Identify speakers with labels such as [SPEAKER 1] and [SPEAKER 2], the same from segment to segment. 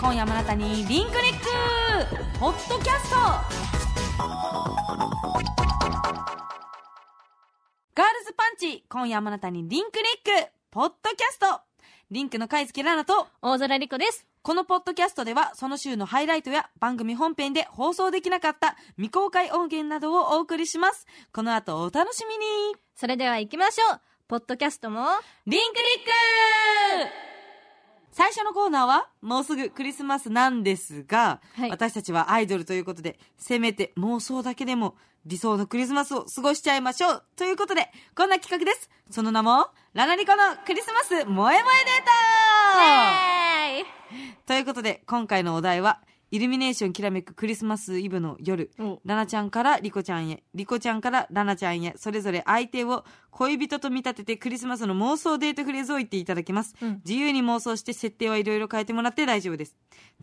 [SPEAKER 1] 今夜もあなたにリンクリックポッドキャストガールズパンチ今夜もあなたにリンクリックポッドキャストリンクの貝月ラナと
[SPEAKER 2] 大空莉子です。
[SPEAKER 1] このポッドキャストではその週のハイライトや番組本編で放送できなかった未公開音源などをお送りしますこの後お楽しみに
[SPEAKER 2] それでは行きましょう。ポッドキャストも、
[SPEAKER 1] リンクリック最初のコーナーは、もうすぐクリスマスなんですが、
[SPEAKER 2] はい
[SPEAKER 1] 私たちはアイドルということで、せめて妄想だけでも理想のクリスマスを過ごしちゃいましょうということで、こんな企画です。その名も、ラナリコのクリスマス萌え萌えデータ
[SPEAKER 2] イエーイ
[SPEAKER 1] ということで、今回のお題は、イルミネーションきらめくクリスマスイブの夜
[SPEAKER 2] お、
[SPEAKER 1] ラナちゃんからリコちゃんへ、リコちゃんからラナちゃんへ、それぞれ相手を恋人と見立ててクリスマスの妄想デートフレーズを言っていただきます。
[SPEAKER 2] うん
[SPEAKER 1] 自由に妄想して設定はいろいろ変えてもらって大丈夫です。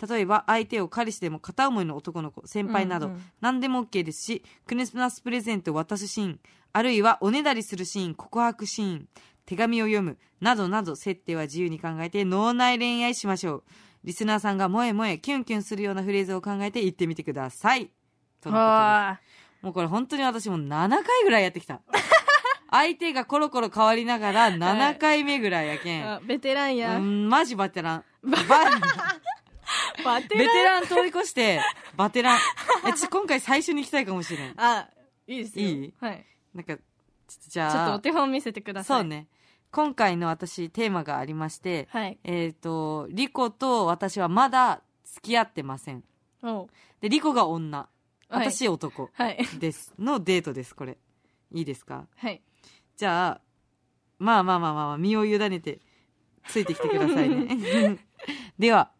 [SPEAKER 1] 例えば、相手を彼氏でも片思いの男の子、先輩など、
[SPEAKER 2] うんうん
[SPEAKER 1] 何でも OK ですし、クリスマスプレゼントを渡すシーン、あるいはおねだりするシーン、告白シーン、手紙を読む、などなど設定は自由に考えて脳内恋愛しましょう。リスナーさんが萌え萌え、キュンキュンするようなフレーズを考えて言ってみてください。とのことです
[SPEAKER 2] は
[SPEAKER 1] もうこれ本当に私もう7回ぐらいやってき た。相手がコロコロ変わりながら7回目ぐらいやけん。
[SPEAKER 2] ーい。ベテランや。
[SPEAKER 1] うん、マジバテラン。バ
[SPEAKER 2] バテ
[SPEAKER 1] ベテラン通り越して、バテラン。え、ちょ今回最初に行きたいかもしれん。
[SPEAKER 2] あ、いいですよ。
[SPEAKER 1] いい
[SPEAKER 2] はい。
[SPEAKER 1] なんか、ちょじ
[SPEAKER 2] ちょ
[SPEAKER 1] ゃあ、
[SPEAKER 2] っとお手本見せてください。
[SPEAKER 1] そう。ね。今回の私、テーマがありまして、
[SPEAKER 2] はい。
[SPEAKER 1] えっ、と、リコと私はまだ付き合ってません。
[SPEAKER 2] おう
[SPEAKER 1] で、リコが女、
[SPEAKER 2] はい
[SPEAKER 1] 私男
[SPEAKER 2] はい。
[SPEAKER 1] です。のデートです、これ。いいですか
[SPEAKER 2] はい。
[SPEAKER 1] じゃあ、まあまあまあまあまあ、身を委ねて、ついてきてくださいね。 では、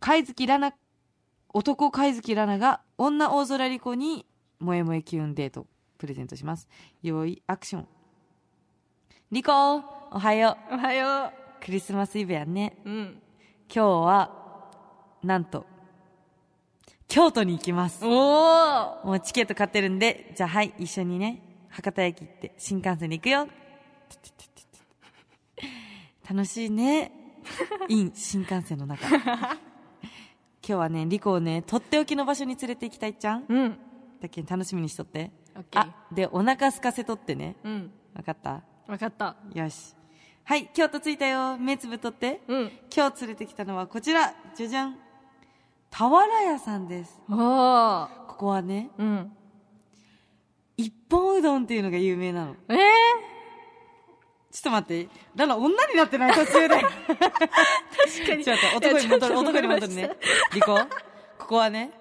[SPEAKER 1] 貝月ラナ、男貝月ラナが女大空リコに、萌え萌えキュンデート、プレゼントします。用意、アクション。リコ、おはよ
[SPEAKER 2] おはよ
[SPEAKER 1] う。クリスマスイブやね。
[SPEAKER 2] う。うん。
[SPEAKER 1] 今日は、なんと、京都に行きます。
[SPEAKER 2] おー
[SPEAKER 1] もうチケット買ってるんで、じゃあはい、一緒にね、博多駅行って新幹線で行くよ。楽しいね。イン、新幹線の中。今日はね、リコをね、とっておきの場所に連れて行きたいっちゃん。
[SPEAKER 2] うん。
[SPEAKER 1] だけど楽しみにしとって。
[SPEAKER 2] オッケー
[SPEAKER 1] あ、で、お腹空かせとってね。
[SPEAKER 2] うん。
[SPEAKER 1] わかった
[SPEAKER 2] わかった。
[SPEAKER 1] よし。はい、京都着いたよ。目つぶっとって。
[SPEAKER 2] うん。
[SPEAKER 1] 今日連れてきたのはこちら。じゃじゃん。俵屋さんです。
[SPEAKER 2] おー
[SPEAKER 1] ここはね、
[SPEAKER 2] うん。
[SPEAKER 1] 一本うどんっていうのが有名なの。
[SPEAKER 2] えー
[SPEAKER 1] ちょっと待って。ララ、女になってない途中で。
[SPEAKER 2] 確かに。
[SPEAKER 1] ちょっと男に戻
[SPEAKER 2] い
[SPEAKER 1] る、
[SPEAKER 2] や
[SPEAKER 1] 男に戻るね。。リコ、ここはね、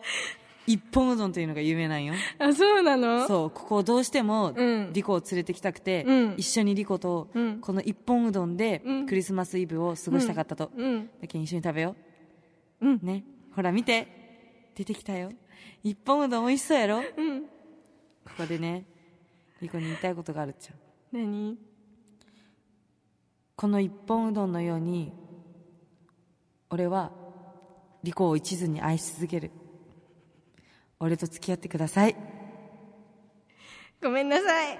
[SPEAKER 1] 一本うどんというのが有名なんよ。
[SPEAKER 2] ちょっと思いましたあ、そうなの
[SPEAKER 1] そう、ここをどうしても
[SPEAKER 2] う、ん
[SPEAKER 1] リコを連れてきたくて、
[SPEAKER 2] うん
[SPEAKER 1] 一緒にリコと
[SPEAKER 2] うん、
[SPEAKER 1] この一本うどんで
[SPEAKER 2] う、ん
[SPEAKER 1] クリスマスイブを過ごしたかったと。
[SPEAKER 2] うん。
[SPEAKER 1] だけど一緒に食べよう。
[SPEAKER 2] うん
[SPEAKER 1] ね。ほら見て。出てきたよ。一本うどん美味しそうやろこ
[SPEAKER 2] うん。
[SPEAKER 1] こでね、リコに言いたいことがあるっちゃん。
[SPEAKER 2] 何
[SPEAKER 1] この一本うどんのように俺はリコを一途に愛し続ける俺と付き合ってください
[SPEAKER 2] ごめんなさい。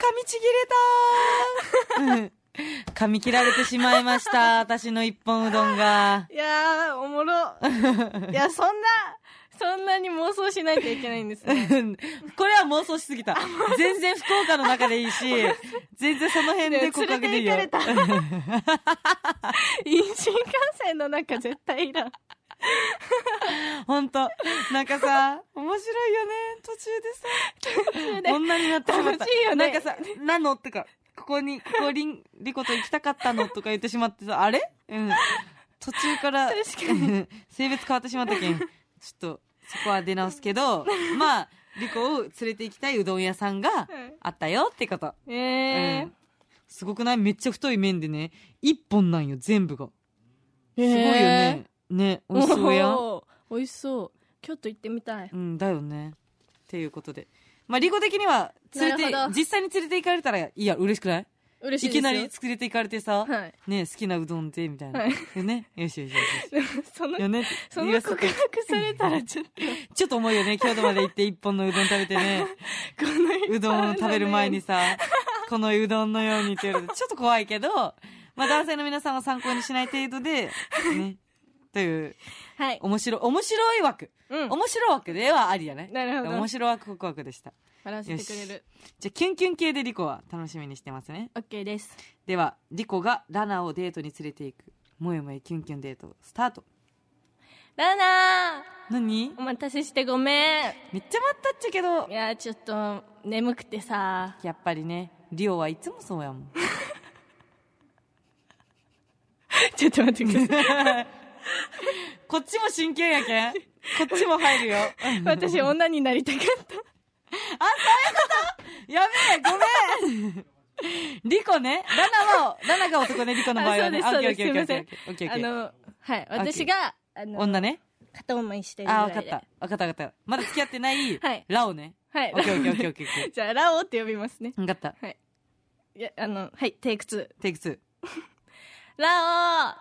[SPEAKER 1] 噛みちぎれた噛み切られてしまいました私の一本うどんが
[SPEAKER 2] いやー、おもろ。 いや、そんな、そんなに妄想しないといけないんです
[SPEAKER 1] う
[SPEAKER 2] ね。
[SPEAKER 1] んこれは妄想しすぎた全然福岡の中でいいし全然その辺で告白でいいよ
[SPEAKER 2] 連れて行かれ た。いい新幹線の中絶対いらん。
[SPEAKER 1] 本当なんかさ面白いよね途中でさ女になってしまった。
[SPEAKER 2] 楽しいよね
[SPEAKER 1] なんかさ、なのとか、ここに、ここりん、りこと行きたかったのとか言ってしまってさ、あれうん。途中から、
[SPEAKER 2] 確か
[SPEAKER 1] うん 性別変わってしまったけん。ちょっと、そこは出直すけど、まあ、りこを連れて行きたいうどん屋さんが
[SPEAKER 2] うん
[SPEAKER 1] あったよってこと。
[SPEAKER 2] え
[SPEAKER 1] う
[SPEAKER 2] ー
[SPEAKER 1] ん。すごくないめっちゃ太い麺でね、一本なんよ、全部が。
[SPEAKER 2] す
[SPEAKER 1] すごいよね。ね、美味しそうやん。
[SPEAKER 2] 美味しそう。京都行ってみたい。
[SPEAKER 1] うん、だよね。っていうことで。まあ、リコ的には、連れて
[SPEAKER 2] なるほ、ど
[SPEAKER 1] 実際に連れて行かれたら、いや、嬉しくない
[SPEAKER 2] 嬉し
[SPEAKER 1] い
[SPEAKER 2] いです
[SPEAKER 1] き
[SPEAKER 2] よ。
[SPEAKER 1] なり連れて行かれてさ、
[SPEAKER 2] はい。
[SPEAKER 1] ね好きなうどんで、みたいな。
[SPEAKER 2] はい
[SPEAKER 1] よね。よしよしよしよ
[SPEAKER 2] でもその
[SPEAKER 1] し。よ、ね。
[SPEAKER 2] そ
[SPEAKER 1] いや
[SPEAKER 2] の告白されたらちょっと、
[SPEAKER 1] ちょっと 重いよね。京都まで行って一本のうどん食べてね、
[SPEAKER 2] この
[SPEAKER 1] うどんを食べる前にさ、このうどんのようにって言われて、ちょっと怖いけど、まあ男性の皆さんは参考にしない程度で、ね。という、
[SPEAKER 2] はい。
[SPEAKER 1] 面白い、面白い枠。
[SPEAKER 2] うん。
[SPEAKER 1] 面白い枠ではありやね。
[SPEAKER 2] なるほど。
[SPEAKER 1] 面白い枠、告白でした。
[SPEAKER 2] 笑わせてくれる。
[SPEAKER 1] じゃあ、キュンキュン系でリコは楽しみにしてますね。
[SPEAKER 2] オッケーです。
[SPEAKER 1] では、リコがラナをデートに連れていく、もやもやキュンキュンデート、スタート。
[SPEAKER 2] ラナー
[SPEAKER 1] 何
[SPEAKER 2] お待たせしてごめん。
[SPEAKER 1] めっちゃ待ったっちゃけど
[SPEAKER 2] い、や、ちょっと、眠く てさ。
[SPEAKER 1] やっぱりね、リオはいつもそうやもん。
[SPEAKER 2] ちょっと待ってください。
[SPEAKER 1] こっちも真剣やけん。こっちも入るよ。
[SPEAKER 2] 私、女になりたかった。
[SPEAKER 1] やべえ、ごめん。リコね、ラナは、ラナが男ね、リコの場合はね。
[SPEAKER 2] あそう
[SPEAKER 1] あオ
[SPEAKER 2] です
[SPEAKER 1] ッケーオッケー
[SPEAKER 2] そうです
[SPEAKER 1] オッケーオッケーオッケー
[SPEAKER 2] あ
[SPEAKER 1] オッケー
[SPEAKER 2] の、はい。私が、あの、
[SPEAKER 1] 女ね。
[SPEAKER 2] 片思いしてるぐ
[SPEAKER 1] あ、わ
[SPEAKER 2] らいで。
[SPEAKER 1] かった。わかったわかった。まだ付き合ってない、
[SPEAKER 2] はい
[SPEAKER 1] ラオね。
[SPEAKER 2] はい。
[SPEAKER 1] オッケーオッケーオッケーオッケーオッケ
[SPEAKER 2] じゃあ、ラオって呼びますね。
[SPEAKER 1] ー。わかった。
[SPEAKER 2] はい。いや、あの、はい、テイク2。
[SPEAKER 1] テイク2。
[SPEAKER 2] ラ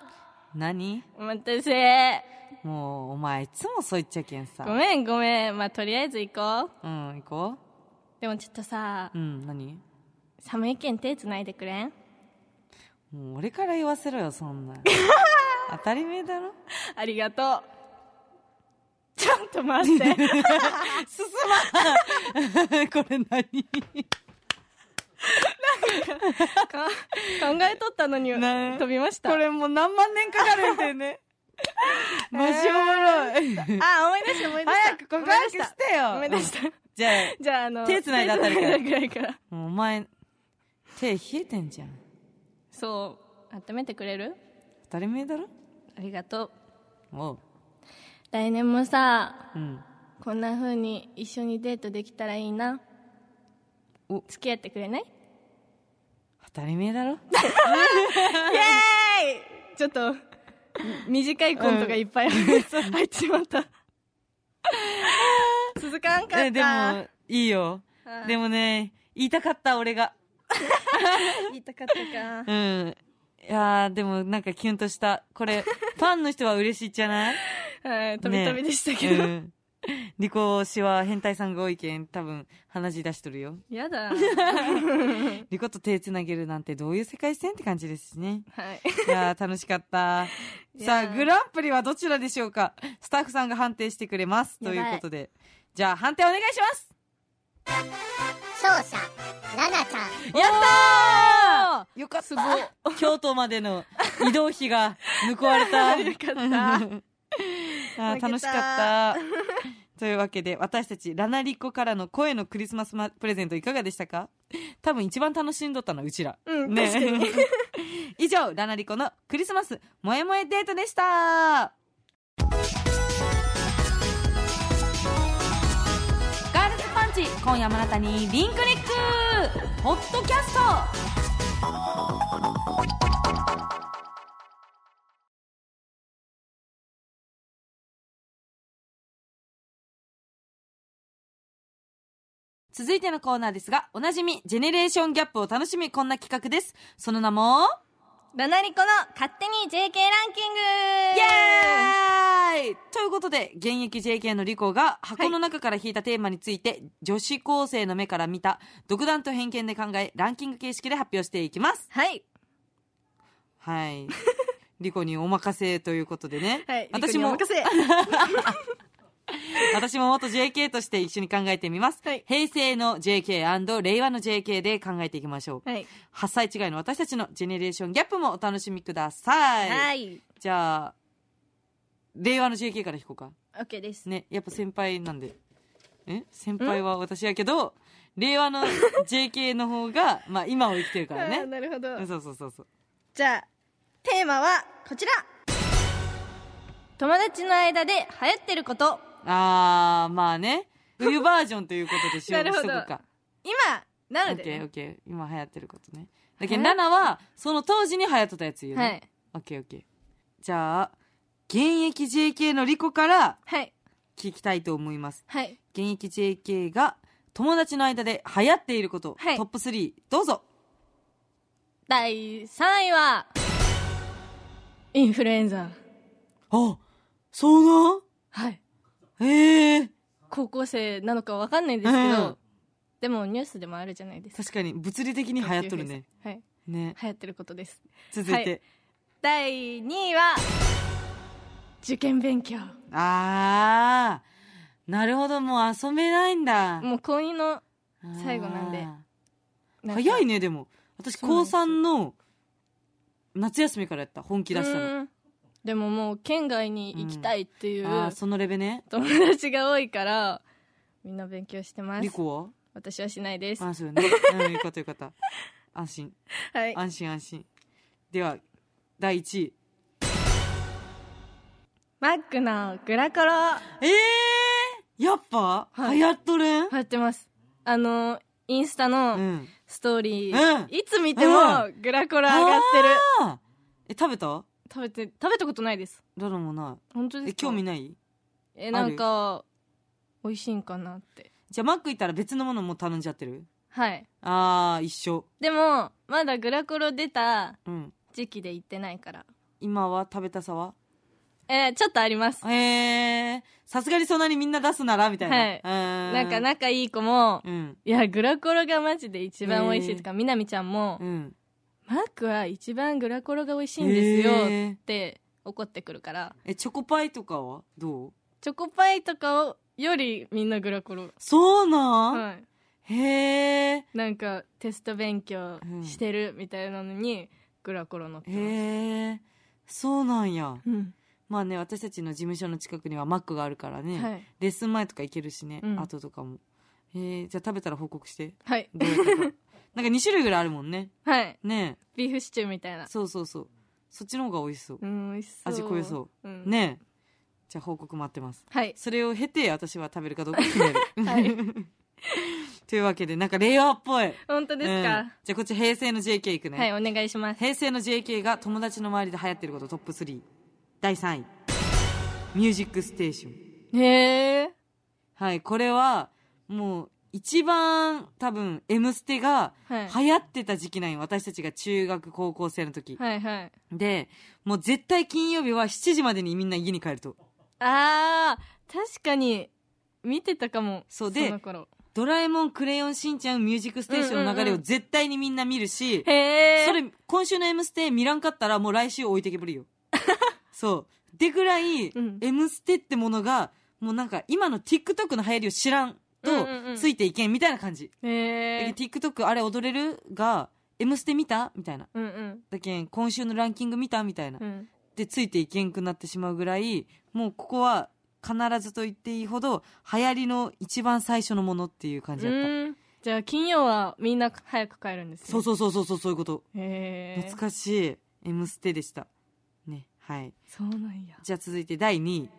[SPEAKER 1] 何
[SPEAKER 2] オお待たせ
[SPEAKER 1] もう、お前いつもそう言っちゃけんさ。
[SPEAKER 2] ごめんごめん。まあ、とりあえず行こ
[SPEAKER 1] う
[SPEAKER 2] う。
[SPEAKER 1] ん、行こ
[SPEAKER 2] でもちょっとさ
[SPEAKER 1] う。、うん、何
[SPEAKER 2] 寒いけん手繋いでくれん
[SPEAKER 1] もう俺から言わせろよ、そ んな。当たり前だろ
[SPEAKER 2] ありがとう。ちょっと待 って。
[SPEAKER 1] 進まんこれ何
[SPEAKER 2] か考えとったのに
[SPEAKER 1] ね
[SPEAKER 2] 飛びました。
[SPEAKER 1] これもう何万年かかるんだよね。 マジおもろい。
[SPEAKER 2] あ、思い出した思い出した。
[SPEAKER 1] 早く告白してよ。
[SPEAKER 2] 思い出した。思い出した。
[SPEAKER 1] じゃ
[SPEAKER 2] じゃあ、あの、
[SPEAKER 1] 手繋いだあたりから
[SPEAKER 2] 手繋いだぐらいから。
[SPEAKER 1] あ、もうお前、手冷えてんじゃん。
[SPEAKER 2] そう。温めてくれる
[SPEAKER 1] 当たり前だろ
[SPEAKER 2] ありがとう。
[SPEAKER 1] おう。
[SPEAKER 2] 来年もさ、
[SPEAKER 1] うん。
[SPEAKER 2] こんな風に一緒にデートできたらいいな。
[SPEAKER 1] お
[SPEAKER 2] 付き合ってくれ ないイ
[SPEAKER 1] 当たり前だろ
[SPEAKER 2] エーイちょっと、み短いコントがいっぱい入ってしま った。続かんかった。
[SPEAKER 1] え、でも、いいよ。
[SPEAKER 2] うん
[SPEAKER 1] でもね、言いたかった俺が。
[SPEAKER 2] 言いたかった
[SPEAKER 1] う
[SPEAKER 2] か。
[SPEAKER 1] ん。いやー、でもなんかキュンとした。こ れ、ファンの人は嬉しいじゃない
[SPEAKER 2] はい、飛び飛びでしたけ
[SPEAKER 1] う
[SPEAKER 2] ど。
[SPEAKER 1] んリコ氏は変態さんが多いけん、多分話し出しとるよ。
[SPEAKER 2] や だ。
[SPEAKER 1] リコと手つなげるなんてどういう世界線って感じですしね。
[SPEAKER 2] はい。
[SPEAKER 1] いやー、 楽しかった。
[SPEAKER 2] い
[SPEAKER 1] さ
[SPEAKER 2] やー
[SPEAKER 1] あ、グランプリはどちらでしょうかスタッフさんが判定してくれます。
[SPEAKER 2] や
[SPEAKER 1] と
[SPEAKER 2] ば
[SPEAKER 1] い
[SPEAKER 2] い
[SPEAKER 1] うことで。じゃあ、判定お願いします
[SPEAKER 3] 勝者ラナちゃん
[SPEAKER 1] やったーよかった
[SPEAKER 2] すごい
[SPEAKER 1] 京都までの移動費が報われ た。
[SPEAKER 2] よかった。
[SPEAKER 1] あー
[SPEAKER 2] 負けた
[SPEAKER 1] 楽しかった。というわけで、私たち、ラナリコからの声のクリスマスまプレゼントいかがでしたか多分一番楽しんどったのはうちら。
[SPEAKER 2] うん確かに
[SPEAKER 1] 以上、ラナリコのクリスマスもえもえデートでした。ガールズパンチ、今夜もあなたにリンクリックホットキャスト続いてのコーナーですが、おなじみ、ジェネレーションギャップを楽しみ、こんな企画です。その名も、
[SPEAKER 2] ラナリコの勝手に JK ランキング
[SPEAKER 1] イエーイということで、現役 JK のリコが箱の中から引いたテーマについて、女子高生の目から見た、独断と偏見で考え、ランキング形式で発表していきます。
[SPEAKER 2] はい。
[SPEAKER 1] はい。リコにお任せということでね。
[SPEAKER 2] はい。
[SPEAKER 1] 私
[SPEAKER 2] リコにお
[SPEAKER 1] も、
[SPEAKER 2] 任せ
[SPEAKER 1] 私も元 JK として一緒に考えてみます。
[SPEAKER 2] はい
[SPEAKER 1] 平成の JK& 令和の JK で考えていきましょう。
[SPEAKER 2] はい。
[SPEAKER 1] 8歳違いの私たちのジェネレーションギャップもお楽しみください。
[SPEAKER 2] はい。
[SPEAKER 1] じゃあ、令和の JK から引こうか。
[SPEAKER 2] オッケーです。
[SPEAKER 1] ね、やっぱ先輩なんで。え先輩は私やけど、令和の JK の方が、まあ今を生きてるから
[SPEAKER 2] あー
[SPEAKER 1] ね。
[SPEAKER 2] なるほど。
[SPEAKER 1] そうそうそうそう。
[SPEAKER 2] じゃあ、テーマはこちら。友達の間で流行ってること。
[SPEAKER 1] あー、まあね。冬バージョンということでしよう
[SPEAKER 2] なるほ
[SPEAKER 1] し
[SPEAKER 2] ど
[SPEAKER 1] とこうか。
[SPEAKER 2] 今、な
[SPEAKER 1] オ
[SPEAKER 2] の
[SPEAKER 1] ッ
[SPEAKER 2] で
[SPEAKER 1] ケーオッ
[SPEAKER 2] ね。
[SPEAKER 1] ケー。今流行ってることね。だけど、ラナは、その当時に流行ってたやつ言うね。
[SPEAKER 2] は。い。
[SPEAKER 1] オッケーオッケー。じゃあ、現役 JK のリコから
[SPEAKER 2] はい。
[SPEAKER 1] 聞きたいと思います。
[SPEAKER 2] はい。
[SPEAKER 1] 現役 JK が友達の間で流行っていること、
[SPEAKER 2] はい
[SPEAKER 1] トップ3、どうぞ。
[SPEAKER 2] 第三位は、インフルエンザ。
[SPEAKER 1] あ、そう
[SPEAKER 2] はい。
[SPEAKER 1] なんええ
[SPEAKER 2] 高校生なのかわかんないんですけ
[SPEAKER 1] う
[SPEAKER 2] ど
[SPEAKER 1] ん、
[SPEAKER 2] でもニュースでもあるじゃないですか
[SPEAKER 1] 確かに物理的に流行っとるね
[SPEAKER 2] はい
[SPEAKER 1] ね
[SPEAKER 2] 流行ってることです
[SPEAKER 1] 続いて、
[SPEAKER 2] 第2位は受験勉強
[SPEAKER 1] あーなるほどもう遊べないんだ
[SPEAKER 2] もう高2の最後なんで
[SPEAKER 1] あー
[SPEAKER 2] なんか
[SPEAKER 1] 早いねでも私
[SPEAKER 2] そうな
[SPEAKER 1] 高
[SPEAKER 2] んですよ
[SPEAKER 1] 3の夏休みからやった本気出したの
[SPEAKER 2] うんでももう県外に行きたいっていう
[SPEAKER 1] あーそのレベね
[SPEAKER 2] 友達が多いからみんな勉強してます
[SPEAKER 1] リコ
[SPEAKER 2] 私はしないです
[SPEAKER 1] は
[SPEAKER 2] は
[SPEAKER 1] あそうよねうんよかったよかった安心
[SPEAKER 2] い
[SPEAKER 1] 安心安心では第1位
[SPEAKER 2] マックのグラコロ
[SPEAKER 1] えー、やっぱ、
[SPEAKER 2] はい
[SPEAKER 1] 流行っとるん、
[SPEAKER 2] 流行ってますあのインスタ
[SPEAKER 1] う
[SPEAKER 2] の
[SPEAKER 1] ん
[SPEAKER 2] ストーリ
[SPEAKER 1] うん
[SPEAKER 2] ー、いつ見てもグラコロ上がってる、
[SPEAKER 1] あーえ食べた
[SPEAKER 2] 食べて食べたことないです
[SPEAKER 1] どれもな
[SPEAKER 2] 本当で
[SPEAKER 1] い
[SPEAKER 2] す
[SPEAKER 1] え
[SPEAKER 2] か
[SPEAKER 1] 興味ない
[SPEAKER 2] えなんか美味しいんかなって
[SPEAKER 1] じゃあマック行ったら別のものも頼んじゃってる
[SPEAKER 2] はい
[SPEAKER 1] あー一緒
[SPEAKER 2] でもまだグラコロ出た
[SPEAKER 1] うん
[SPEAKER 2] 時期で行ってないから
[SPEAKER 1] 今は食べたさは
[SPEAKER 2] えー、ちょっとあります
[SPEAKER 1] えー、さすがにそんなにみんな出すならみたいな。
[SPEAKER 2] はいな
[SPEAKER 1] なん
[SPEAKER 2] か、仲いい子も
[SPEAKER 1] うん。
[SPEAKER 2] いやグラコロがマジで一番美味しいとか、みなみちゃんも、
[SPEAKER 1] うん。
[SPEAKER 2] マークは一番グラコロが美味しいんですよ
[SPEAKER 1] へ
[SPEAKER 2] っ
[SPEAKER 1] ー
[SPEAKER 2] て怒ってくるから
[SPEAKER 1] え、チョコパイとかはどう
[SPEAKER 2] チョコパイとかをよりみんなグラコロ
[SPEAKER 1] そうなん、
[SPEAKER 2] はい
[SPEAKER 1] へー。
[SPEAKER 2] なんかテスト勉強
[SPEAKER 1] うん
[SPEAKER 2] してるみたいなのにグラコロ乗って
[SPEAKER 1] へ
[SPEAKER 2] ます、
[SPEAKER 1] ー。そうなんや。
[SPEAKER 2] うん
[SPEAKER 1] まあね、私たちの事務所の近くにはマックがあるからね。
[SPEAKER 2] はい、
[SPEAKER 1] レッスン前とか行けるしね、
[SPEAKER 2] うん
[SPEAKER 1] 後とかも。へー、じゃあ食べたら報告して。
[SPEAKER 2] はい
[SPEAKER 1] どうやったか なんか2種類ぐらいあるもんね。
[SPEAKER 2] はい、
[SPEAKER 1] ね
[SPEAKER 2] ビーフシチューみたいな
[SPEAKER 1] そうそうそう。そっちの方が美味しそう。
[SPEAKER 2] うん美味しそう、
[SPEAKER 1] 味濃いそう
[SPEAKER 2] ん、
[SPEAKER 1] ねじゃあ報告待ってます。
[SPEAKER 2] はい
[SPEAKER 1] それを経て私は食べるかどうか決める。
[SPEAKER 2] はい
[SPEAKER 1] というわけで、なんか令和っぽい。
[SPEAKER 2] 本当ですか、
[SPEAKER 1] うんじゃあこっち平成の JK いくね。
[SPEAKER 2] はいお願いします
[SPEAKER 1] 平成の JK が友達の周りで流行ってることトップ3。第3位。ミュージックステーション。
[SPEAKER 2] へえ
[SPEAKER 1] はい、これは、もう、一番多分、M ステが
[SPEAKER 2] はい
[SPEAKER 1] 流行ってた時期なんよ。私たちが中学、高校生の時。
[SPEAKER 2] はいはい
[SPEAKER 1] で、もう絶対金曜日は7時までにみんな家に帰ると。
[SPEAKER 2] あー確かに見てたかも
[SPEAKER 1] そうで
[SPEAKER 2] その頃
[SPEAKER 1] ドラえもん、クレヨンしんちゃん、ミュージックステーションの流れを絶対にみんな見るし、
[SPEAKER 2] へえ
[SPEAKER 1] それ、今週の M ステ見らんかったら、もう来週置いてけぼ りよ。そう。でぐらい
[SPEAKER 2] うん、
[SPEAKER 1] M ステってものが、もうなんか、今の TikTok の流行りを知らん
[SPEAKER 2] うん
[SPEAKER 1] と
[SPEAKER 2] うんうん、
[SPEAKER 1] ついていけんみたいな感じ。
[SPEAKER 2] へ
[SPEAKER 1] だ
[SPEAKER 2] え
[SPEAKER 1] けど TikTok あれ踊れるが、M ステ見たみたいな。
[SPEAKER 2] うんうん
[SPEAKER 1] だけん、今週のランキング見たみたいな
[SPEAKER 2] う。ん
[SPEAKER 1] で、ついていけんくなってしまうぐらい、もうここは、必ずと言っていいほど、流行りの一番最初のものっていう感じだった。
[SPEAKER 2] うんじゃあ金曜はみんな早く帰るんですね
[SPEAKER 1] そうそうそうそうそう、そういうこと。
[SPEAKER 2] へえ
[SPEAKER 1] 懐かしい M ステでした。ね、はい。
[SPEAKER 2] そうなんや
[SPEAKER 1] じゃあ続いて第2位。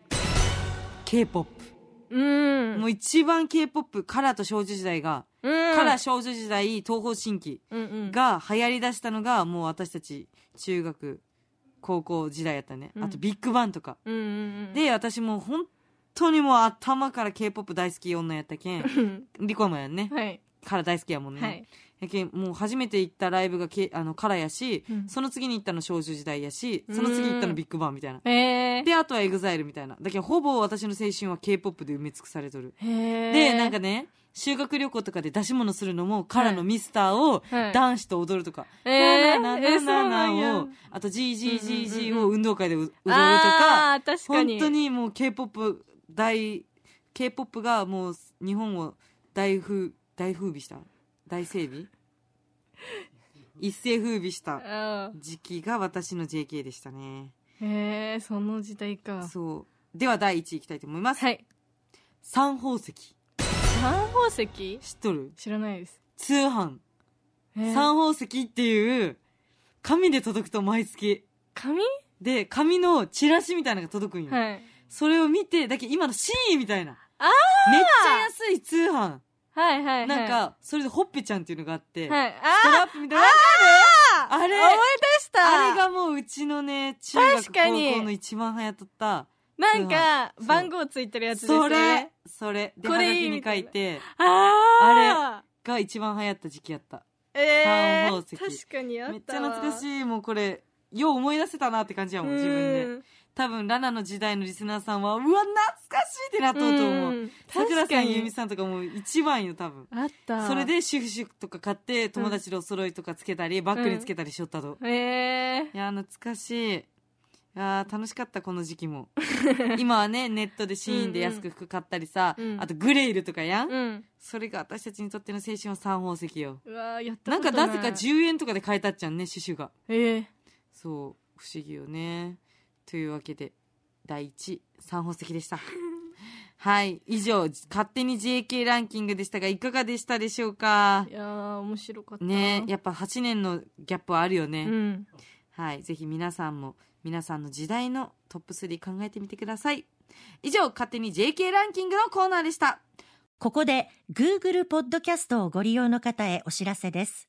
[SPEAKER 1] K-POP。
[SPEAKER 2] うん
[SPEAKER 1] もう一番 K-POP、カラーと少女時代が、
[SPEAKER 2] うん
[SPEAKER 1] カラー少女時代、東方神起
[SPEAKER 2] うんうん
[SPEAKER 1] が流行り出したのが、もう私たち中学、高校時代やったね。
[SPEAKER 2] うん
[SPEAKER 1] あとビッグバンとか。
[SPEAKER 2] うんうんうん
[SPEAKER 1] で、私もう本当にもう頭から K-POP 大好き女やったけん、
[SPEAKER 2] うん
[SPEAKER 1] リコもやんね。
[SPEAKER 2] はい
[SPEAKER 1] カラー大好きやもんね。
[SPEAKER 2] はい
[SPEAKER 1] やけんもう初めて行ったライブがけあのカラーやし、
[SPEAKER 2] うん
[SPEAKER 1] その次に行ったの少女時代やし、その次行ったのビッグバンみたいな。
[SPEAKER 2] へえ
[SPEAKER 1] で、あとはエグザイルみたいな。だけど、ほぼ私の青春は K-POP で埋め尽くされとる。
[SPEAKER 2] へえ
[SPEAKER 1] で、なんかね、修学旅行とかで出し物するのも、カラのミスターを
[SPEAKER 2] はい
[SPEAKER 1] 男子と踊るとか、
[SPEAKER 2] え
[SPEAKER 1] な
[SPEAKER 2] ー
[SPEAKER 1] あなあな
[SPEAKER 2] えー
[SPEAKER 1] あ
[SPEAKER 2] そう
[SPEAKER 1] なあ
[SPEAKER 2] なん
[SPEAKER 1] なあ
[SPEAKER 2] や
[SPEAKER 1] を、あと GGGG
[SPEAKER 2] うんうんうん
[SPEAKER 1] を運動会で踊るとか、
[SPEAKER 2] あー確か
[SPEAKER 1] 本
[SPEAKER 2] に
[SPEAKER 1] 当にもう K-POP 大、K-POP がもう日本を大風、大風靡した大整備一世風靡した
[SPEAKER 2] あ
[SPEAKER 1] 時期が私の JK でしたね。
[SPEAKER 2] ーへえその時代か
[SPEAKER 1] そう。では第1位いきたいと思います。
[SPEAKER 2] はい
[SPEAKER 1] 三宝石。知
[SPEAKER 2] 三宝石
[SPEAKER 1] っとる
[SPEAKER 2] 知らないです
[SPEAKER 1] 通販。
[SPEAKER 2] へえ
[SPEAKER 1] 三宝石っていう、紙で届くと毎月。
[SPEAKER 2] 紙
[SPEAKER 1] で、紙のチラシみたいなのが届くんよ。
[SPEAKER 2] はい
[SPEAKER 1] それを見て、だけど今のシーンみたいな。
[SPEAKER 2] あ
[SPEAKER 1] めっちゃ安い通販。
[SPEAKER 2] はいはいはい
[SPEAKER 1] なんか、それでほっぺちゃんっていうのがあって、
[SPEAKER 2] はい
[SPEAKER 1] ト
[SPEAKER 2] あ
[SPEAKER 1] ラップみたいな。
[SPEAKER 2] あ
[SPEAKER 1] あれ
[SPEAKER 2] 思い出した
[SPEAKER 1] あれがもううちのね、中学
[SPEAKER 2] 確かに
[SPEAKER 1] 高校の一番流行っとった。
[SPEAKER 2] なんか
[SPEAKER 1] そう
[SPEAKER 2] 番号ついてるやつです
[SPEAKER 1] そ
[SPEAKER 2] よ
[SPEAKER 1] れ
[SPEAKER 2] ね
[SPEAKER 1] それで、
[SPEAKER 2] こ
[SPEAKER 1] はが
[SPEAKER 2] れい
[SPEAKER 1] き
[SPEAKER 2] い
[SPEAKER 1] に書いて、
[SPEAKER 2] あ
[SPEAKER 1] が一番流行った時期やった。
[SPEAKER 2] あれええ
[SPEAKER 1] 三宝石
[SPEAKER 2] 確かにあったわ
[SPEAKER 1] めっちゃ懐かしいもうこれよう思い出せたなって感じやもん、自分で。多分、ラナの時代のリスナーさんは、うわ、懐かしいってなっとうと思う。
[SPEAKER 2] ん
[SPEAKER 1] さくら
[SPEAKER 2] 確
[SPEAKER 1] さ
[SPEAKER 2] か
[SPEAKER 1] ん、ゆうみ
[SPEAKER 2] に
[SPEAKER 1] さんとかもう一番よ、多分。
[SPEAKER 2] あった
[SPEAKER 1] それで、シュフシュフとか買って、友達のお揃いとかつけたり、バッグにつけたりしよったと。
[SPEAKER 2] え
[SPEAKER 1] いやー、懐かしい。いやー楽しかった、この時期 も。今はね、ネットでシーンで安く服買ったりさ、
[SPEAKER 2] うん
[SPEAKER 1] あとグレイルとかや
[SPEAKER 2] ー、
[SPEAKER 1] ん。
[SPEAKER 2] うん
[SPEAKER 1] それが私たちにとっての青春は三宝石よ。
[SPEAKER 2] うわーやった
[SPEAKER 1] なん
[SPEAKER 2] こと
[SPEAKER 1] か
[SPEAKER 2] な
[SPEAKER 1] ないぜか10円とかで買えたっちゃんね、シュシュが。
[SPEAKER 2] えー、
[SPEAKER 1] そう、不思議よね。というわけで、第1、三宝石で した。はい、以上、勝手に JK ランキングでしたが、いかがでしたでしょうか
[SPEAKER 2] いやー面白かった
[SPEAKER 1] ねやっぱ8年のギャップはあるよね。
[SPEAKER 2] うん
[SPEAKER 1] はい、ぜひ皆さんも、皆さんの時代のトップ3考えてみてください。以上、勝手に JK ランキングのコーナーでした。
[SPEAKER 4] ここで Google ポッドキャストをご利用の方へお知らせです。